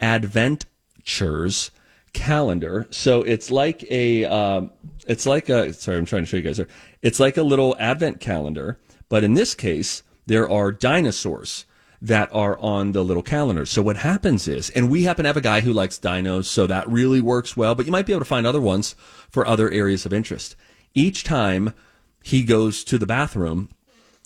[SPEAKER 3] adventures calendar. So it's like a. Um, it's like a. Sorry, I'm trying to show you guys there. It's like a little advent calendar, but in this case, there are dinosaurs that are on the little calendar. So what happens is, and we happen to have a guy who likes dinos, so that really works well, but you might be able to find other ones for other areas of interest. Each time he goes to the bathroom,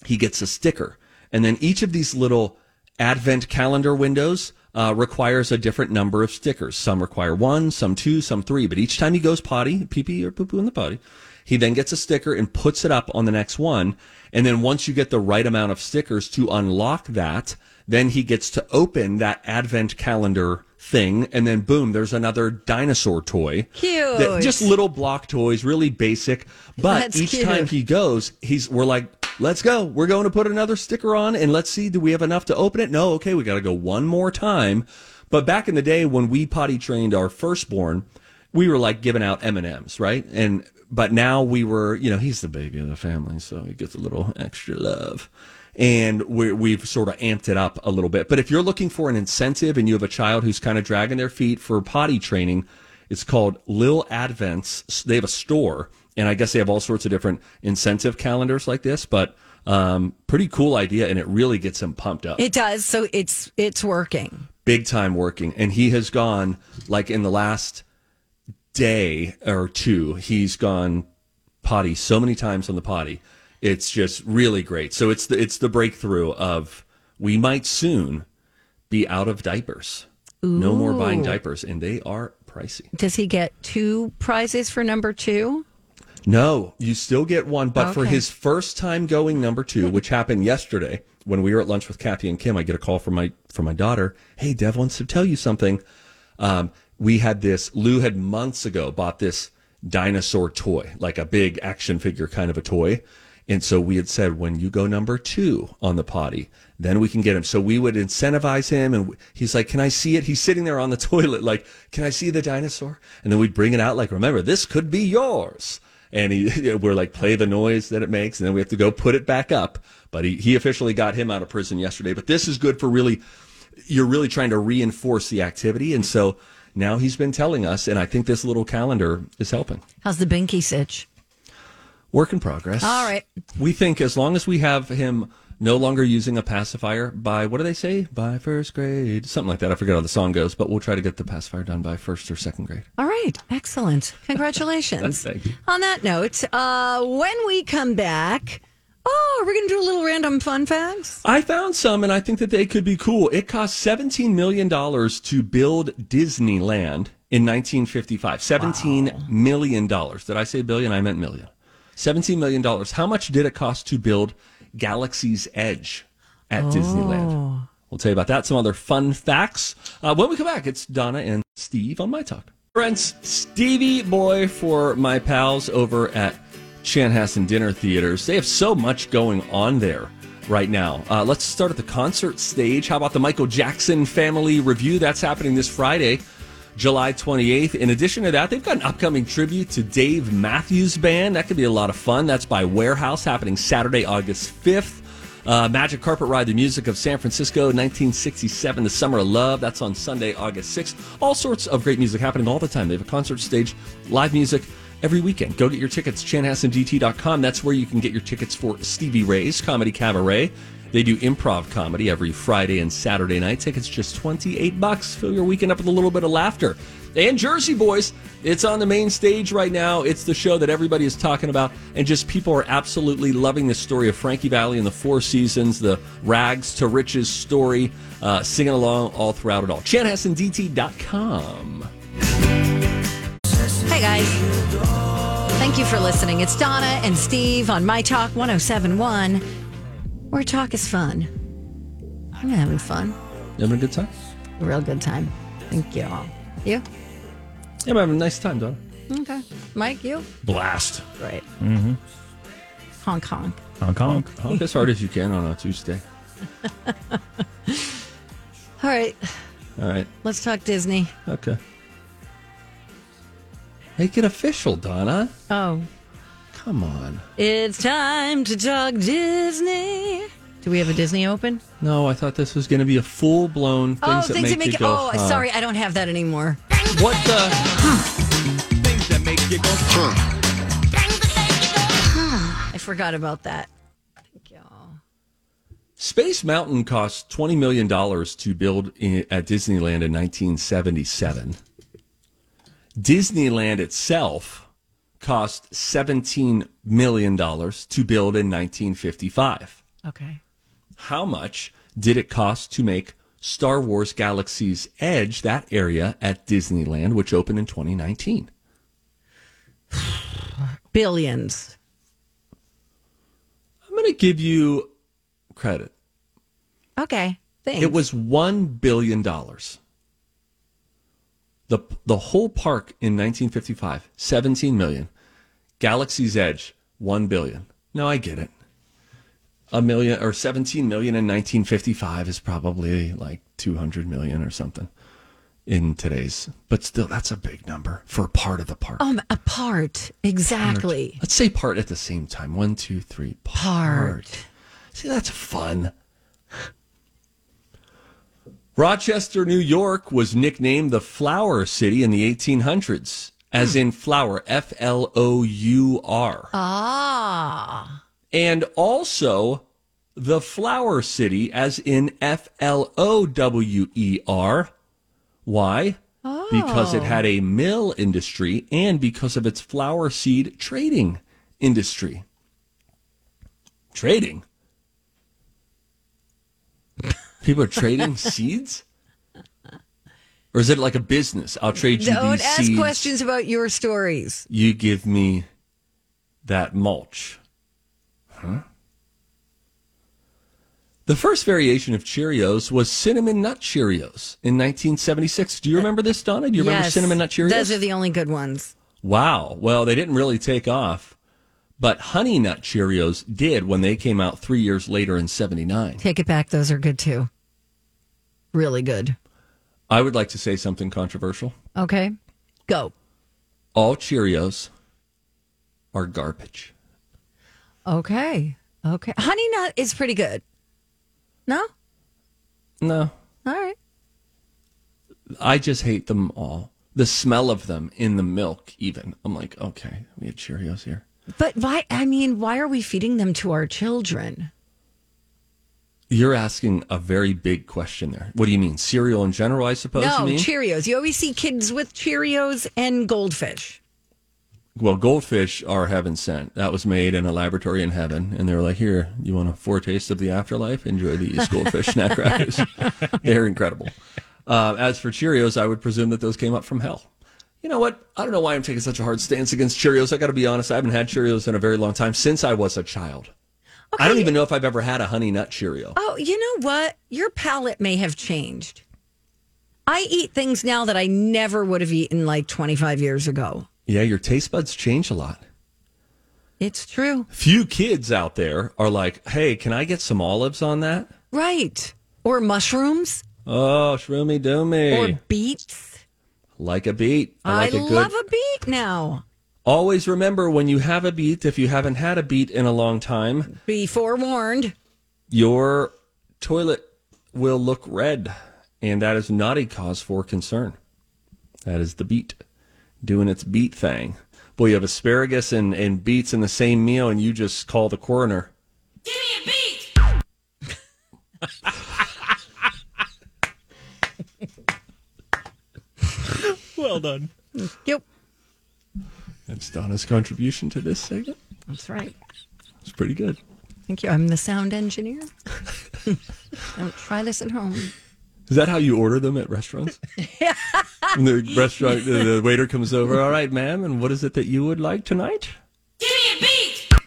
[SPEAKER 3] he gets a sticker. And then each of these little advent calendar windows uh, requires a different number of stickers. Some require one, some two, some three. But each time he goes potty, pee pee or poo poo in the potty, he then gets a sticker and puts it up on the next one. And then once you get the right amount of stickers to unlock that, then he gets to open that advent calendar thing. And then boom, there's another dinosaur toy.
[SPEAKER 13] Cute.
[SPEAKER 3] That- just little block toys, really basic. But
[SPEAKER 13] That's
[SPEAKER 3] each
[SPEAKER 13] cute.
[SPEAKER 3] time he goes, he's we're like, let's go. We're going to put another sticker on and let's see, do we have enough to open it? No, okay, we gotta go one more time. But back in the day when we potty trained our firstborn, we were like giving out M and M's, right? And but now we were, you know, he's the baby of the family, so he gets a little extra love. And we're, we've sort of amped it up a little bit. But if you're looking for an incentive and you have a child who's kind of dragging their feet for potty training, it's called Lil Advents. They have a store, and I guess they have all sorts of different incentive calendars like this. But um, pretty cool idea, and it really gets him pumped up,
[SPEAKER 13] It does. So it's it's working.
[SPEAKER 3] big time working. And he has gone like in the last day or two, he's gone potty so many times on the potty. It's just really great. So it's the it's the breakthrough of we might soon be out of diapers. No more buying
[SPEAKER 13] Ooh.
[SPEAKER 3] diapers, and they are pricey.
[SPEAKER 13] Does he get two prizes for number two?
[SPEAKER 3] No, you still get one, but for
[SPEAKER 13] Okay.
[SPEAKER 3] his first time going number two, which happened yesterday when we were at lunch with Kathy and Kim, I get a call from my from my daughter. Hey, Dev wants to tell you something. Um, we had this. Lou had months ago bought this dinosaur toy, like a big action figure kind of a toy, and so we had said when you go number two on the potty, then we can get him. So we would incentivize him, and w- he's like, "Can I see it?" He's sitting there on the toilet, like, "Can I see the dinosaur?" And then we'd bring it out, like, "Remember, this could be yours." and he we're like play the noise that it makes and then we have to go put it back up but he, he officially got him out of prison yesterday but this is good for really you're really trying to reinforce the activity and so now he's been telling us and i think this little calendar is helping
[SPEAKER 13] How's the binky sitch?
[SPEAKER 3] work in progress
[SPEAKER 13] All right.
[SPEAKER 3] we think as long as we have him no longer using a pacifier by what do they say by first grade something like that i forget how the song goes but we'll try to get the pacifier done by first or second grade
[SPEAKER 13] All right. Excellent. Congratulations.
[SPEAKER 3] Thank you.
[SPEAKER 13] On that note, uh, when we come back, oh, we're going to do a little random fun facts.
[SPEAKER 3] I found some and I think that they could be cool. It cost $17 million to build Disneyland in 1955. Seventeen million dollars. Did I say billion? I meant million. $17 million. How much did it cost to build Galaxy's Edge at Disneyland? We'll tell you about that. Some other fun facts. Uh, when we come back, it's Donna and Steve on My Talk. Friends, Stevie Boy for my pals over at Chanhassen Dinner Theaters. They have so much going on there right now. Uh, let's start at the concert stage. How about the Michael Jackson family review? That's happening this Friday, July 28th. In addition to that, they've got an upcoming tribute to Dave Matthews Band. That could be a lot of fun. That's by Warehouse, happening Saturday, August 5th. Uh, Magic Carpet Ride, the music of San Francisco, 1967, The Summer of Love. That's on Sunday, August 6th. All sorts of great music happening all the time. They have a concert stage, live music every weekend. Go get your tickets, chanhassandgt.com. That's where you can get your tickets for Stevie Ray's Comedy Cabaret. They do improv comedy every Friday and Saturday night. Tickets just 28 bucks. Fill your weekend up with a little bit of laughter. And Jersey Boys, it's on the main stage right now. It's the show that everybody is talking about. And just people are absolutely loving the story of Frankie Valley and the Four Seasons, the rags to riches story, uh, singing along all throughout it all. ChanhassenDT.com.
[SPEAKER 13] Hey, guys. Thank you for listening. It's Donna and Steve on My Talk 1071, where talk is fun. I'm having fun.
[SPEAKER 3] You having a good time?
[SPEAKER 13] A real good time. Thank you all. You?
[SPEAKER 3] Yeah, I'm having a nice time, Donna.
[SPEAKER 13] Okay. Mike, you?
[SPEAKER 6] Blast.
[SPEAKER 13] Right.
[SPEAKER 6] Mm-hmm.
[SPEAKER 13] Hong Kong.
[SPEAKER 6] Hong Kong.
[SPEAKER 3] Honk as hard as you can on a Tuesday.
[SPEAKER 13] All right.
[SPEAKER 3] All right.
[SPEAKER 1] Let's talk Disney.
[SPEAKER 3] Okay. Make it official, Donna.
[SPEAKER 1] Oh,
[SPEAKER 3] Come on.
[SPEAKER 1] it's time to talk Disney. Do we have a Disney open?
[SPEAKER 3] No, I thought this was going to be a full blown things
[SPEAKER 1] oh,
[SPEAKER 3] that
[SPEAKER 1] things that
[SPEAKER 3] make
[SPEAKER 1] make
[SPEAKER 3] you go.
[SPEAKER 1] Oh,
[SPEAKER 3] huh.
[SPEAKER 1] sorry, I don't have that anymore.
[SPEAKER 3] What the?
[SPEAKER 15] Things that make you go. Huh.
[SPEAKER 1] I forgot about that.
[SPEAKER 3] Space Mountain cost twenty million dollars to build in, at Disneyland in 1977. Disneyland itself cost 17 million dollars to build in 1955.
[SPEAKER 1] Okay.
[SPEAKER 3] How much did it cost to make Star Wars Galaxy's Edge that area at Disneyland, which opened in 2019?
[SPEAKER 1] Billions.
[SPEAKER 3] I'm going to give you credit.
[SPEAKER 1] Okay. Thanks.
[SPEAKER 3] It was one billion dollars. The the whole park in 1955, 17 million. Galaxy's Edge, one billion. No, I get it. A million or 17 million in 1955 is probably like 200 million or something in today's, but still, that's a big number for a part of the park.
[SPEAKER 1] Um, a part exactly.
[SPEAKER 3] Let's say part at the same time. One, two, three. Part. See, that's fun. Rochester, New York was nicknamed the Flower City in the 1800s, as in flower, F L O U R.
[SPEAKER 1] Ah.
[SPEAKER 3] And also the Flower City, as in F L O W E R. Why? Because it
[SPEAKER 1] Oh.
[SPEAKER 3] had a mill industry and because of its flower seed trading industry. Trading? People are trading seeds? Or is it like a business? I'll trade you
[SPEAKER 1] Don't
[SPEAKER 3] these
[SPEAKER 1] ask
[SPEAKER 3] seeds.
[SPEAKER 1] questions about your stories.
[SPEAKER 3] You give me that mulch. Huh? The first variation of Cheerios was cinnamon nut Cheerios in 1976. Do you remember this, Donna? Do you remember
[SPEAKER 1] Uh, Yes.
[SPEAKER 3] cinnamon nut Cheerios?
[SPEAKER 1] Those are the only good ones.
[SPEAKER 3] Wow. Well, they didn't really take off, but honey nut Cheerios did when they came out three years later in 79.
[SPEAKER 1] Take it back. Those are good too. Really good.
[SPEAKER 3] I would like to say something controversial.
[SPEAKER 1] Okay. Go.
[SPEAKER 3] All Cheerios are garbage.
[SPEAKER 1] Okay. Okay. Honey Nut is pretty good. No?
[SPEAKER 3] No.
[SPEAKER 1] All right.
[SPEAKER 3] I just hate them all. The smell of them in the milk, even. I'm like, okay, we had Cheerios here.
[SPEAKER 1] But why? I mean, why are we feeding them to our children?
[SPEAKER 3] You're asking a very big question there. What do you mean? Cereal in general, I suppose?
[SPEAKER 1] no,
[SPEAKER 3] you mean?
[SPEAKER 1] Cheerios. You always see kids with Cheerios and goldfish.
[SPEAKER 3] well, goldfish are heaven sent. That was made in a laboratory in heaven. And they were like, here, you want a foretaste of the afterlife? Enjoy these goldfish snack wrappers. They're incredible. Uh, as for Cheerios, I would presume that those came up from hell. You know what? I don't know why I'm taking such a hard stance against Cheerios. I got to be honest. I haven't had Cheerios in a very long time since I was a child. I don't even know if I've ever had a honey nut Cheerio.
[SPEAKER 1] Oh, you know what? Your palate may have changed. I eat things now that I never would have eaten like 25 years ago.
[SPEAKER 3] Yeah, your taste buds change a lot.
[SPEAKER 1] It's true.
[SPEAKER 3] Few kids out there are like, hey, can I get some olives on that?
[SPEAKER 1] Right. Or mushrooms
[SPEAKER 3] Oh, shroomy doomy.
[SPEAKER 1] or beets.
[SPEAKER 3] like a beet. I
[SPEAKER 1] I,
[SPEAKER 3] like a
[SPEAKER 1] love
[SPEAKER 3] good.
[SPEAKER 1] a beet now.
[SPEAKER 3] Always remember when you have a beet, if you haven't had a beet in a long time,
[SPEAKER 1] Be forewarned.
[SPEAKER 3] your toilet will look red. And that is not a cause for concern. That is the beet doing its beet thing. Boy, you have asparagus and, and beets in the same meal, and you just call the coroner.
[SPEAKER 16] Well done.
[SPEAKER 1] Yep.
[SPEAKER 3] That's Donna's contribution to this segment.
[SPEAKER 1] That's right.
[SPEAKER 3] It's pretty good.
[SPEAKER 1] Thank you. I'm the sound engineer. Don't try this at home.
[SPEAKER 3] Is that how you order them at restaurants? when the restaurant, the, the waiter comes over. All right, ma'am, and what is it that you would like tonight? Give me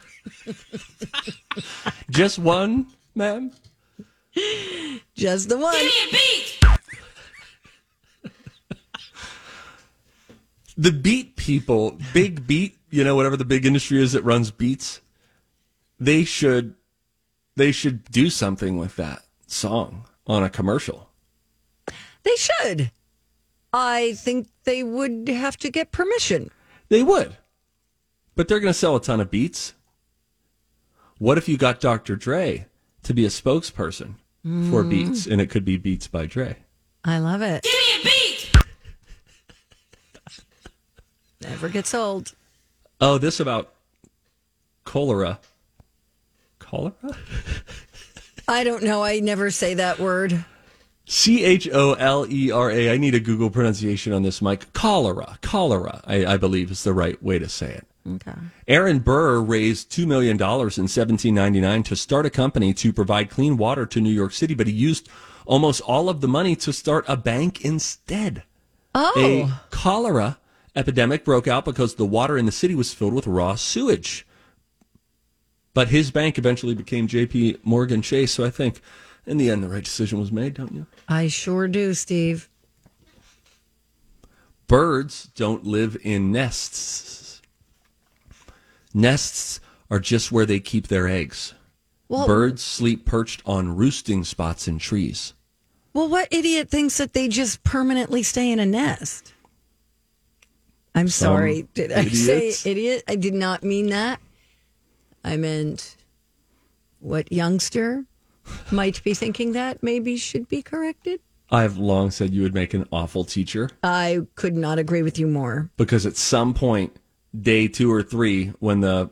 [SPEAKER 3] a beat. Just one, ma'am.
[SPEAKER 1] Just the one.
[SPEAKER 3] The beat people, big beat, you know, whatever the big industry is that runs beats, they should, they should do something with that song on a commercial.
[SPEAKER 1] They should. I think they would have to get permission.
[SPEAKER 3] They would. But they're going to sell a ton of beats. What if you got Dr. Dre to be a spokesperson for
[SPEAKER 1] Mm.
[SPEAKER 3] Beats and it could be Beats by Dre?
[SPEAKER 1] I love it. Give me a beat. Never gets old.
[SPEAKER 3] Oh, this about cholera. Cholera?
[SPEAKER 1] I don't know. I never say that word.
[SPEAKER 3] C H O L E R A. I need a Google pronunciation on this, Mike. Cholera. Cholera, I, I believe, is the right way to say it.
[SPEAKER 1] Okay.
[SPEAKER 3] Aaron Burr raised $2 million in 1799 to start a company to provide clean water to New York City, but he used almost all of the money to start a bank instead.
[SPEAKER 1] Oh.
[SPEAKER 3] A cholera epidemic broke out because the water in the city was filled with raw sewage. But his bank eventually became JP Morgan Chase, so I think in the end the right decision was made, don't you?
[SPEAKER 1] I sure do, Steve.
[SPEAKER 3] Birds don't live in nests. Nests are just where they keep their eggs.
[SPEAKER 1] Well-
[SPEAKER 3] Birds sleep perched on roosting spots in trees.
[SPEAKER 1] Well, what idiot thinks that they just permanently stay in a nest? I'm
[SPEAKER 3] Some
[SPEAKER 1] sorry. Did I
[SPEAKER 3] idiots.
[SPEAKER 1] say idiot? I did not mean that. I meant what youngster might be thinking that maybe should be corrected.
[SPEAKER 3] I've long said you would make an awful teacher
[SPEAKER 1] I could not agree with you more.
[SPEAKER 3] because at some point, day two or three, when the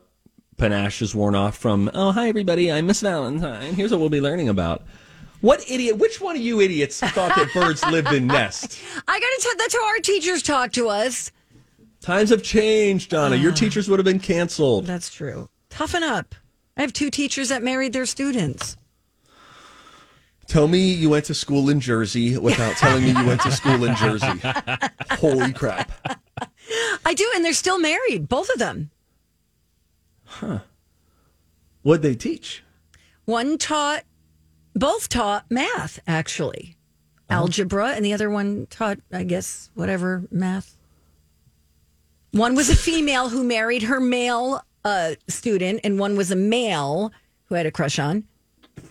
[SPEAKER 3] panache is worn off from, oh, hi, everybody, I'm Miss Valentine, here's what we'll be learning about. What idiot, which one of you idiots thought that birds lived in nests?
[SPEAKER 1] I got to tell that's how our teachers talk to us.
[SPEAKER 3] Times have changed, Donna. Your teachers would have been canceled.
[SPEAKER 1] That's true. Toughen up. I have two teachers that married their students.
[SPEAKER 3] Tell me you went to school in Jersey without telling me you went to school in Jersey. Holy crap.
[SPEAKER 1] I do, and they're still married, both of them.
[SPEAKER 3] Huh. What'd they teach?
[SPEAKER 1] One taught, both taught math, actually, Oh. algebra, and the other one taught, I guess, whatever math. One was a female who married her male uh, student, and one was a male who had a crush on,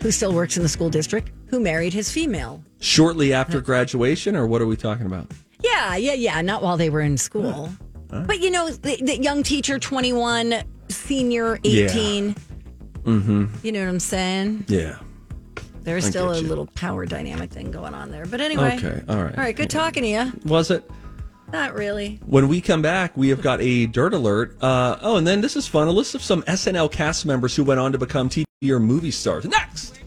[SPEAKER 1] who still works in the school district, who married his female.
[SPEAKER 3] Shortly after graduation, or what are we talking about?
[SPEAKER 1] Yeah, yeah, yeah. Not while they were in school.
[SPEAKER 3] Huh?
[SPEAKER 1] But you know, the, the young teacher, 21, senior,
[SPEAKER 3] Yeah.
[SPEAKER 1] 18.
[SPEAKER 3] Mm hmm.
[SPEAKER 1] You know what I'm saying?
[SPEAKER 3] Yeah.
[SPEAKER 1] There's
[SPEAKER 3] I
[SPEAKER 1] still a
[SPEAKER 3] get you.
[SPEAKER 1] little power dynamic thing going on there. But anyway.
[SPEAKER 3] Okay, all right.
[SPEAKER 1] All right. Good talking to you.
[SPEAKER 3] Was it?
[SPEAKER 1] Not really.
[SPEAKER 3] When we come back, we have got a dirt alert. Uh, oh, and then this is fun a list of some SNL cast members who went on to become TV or movie stars. Next!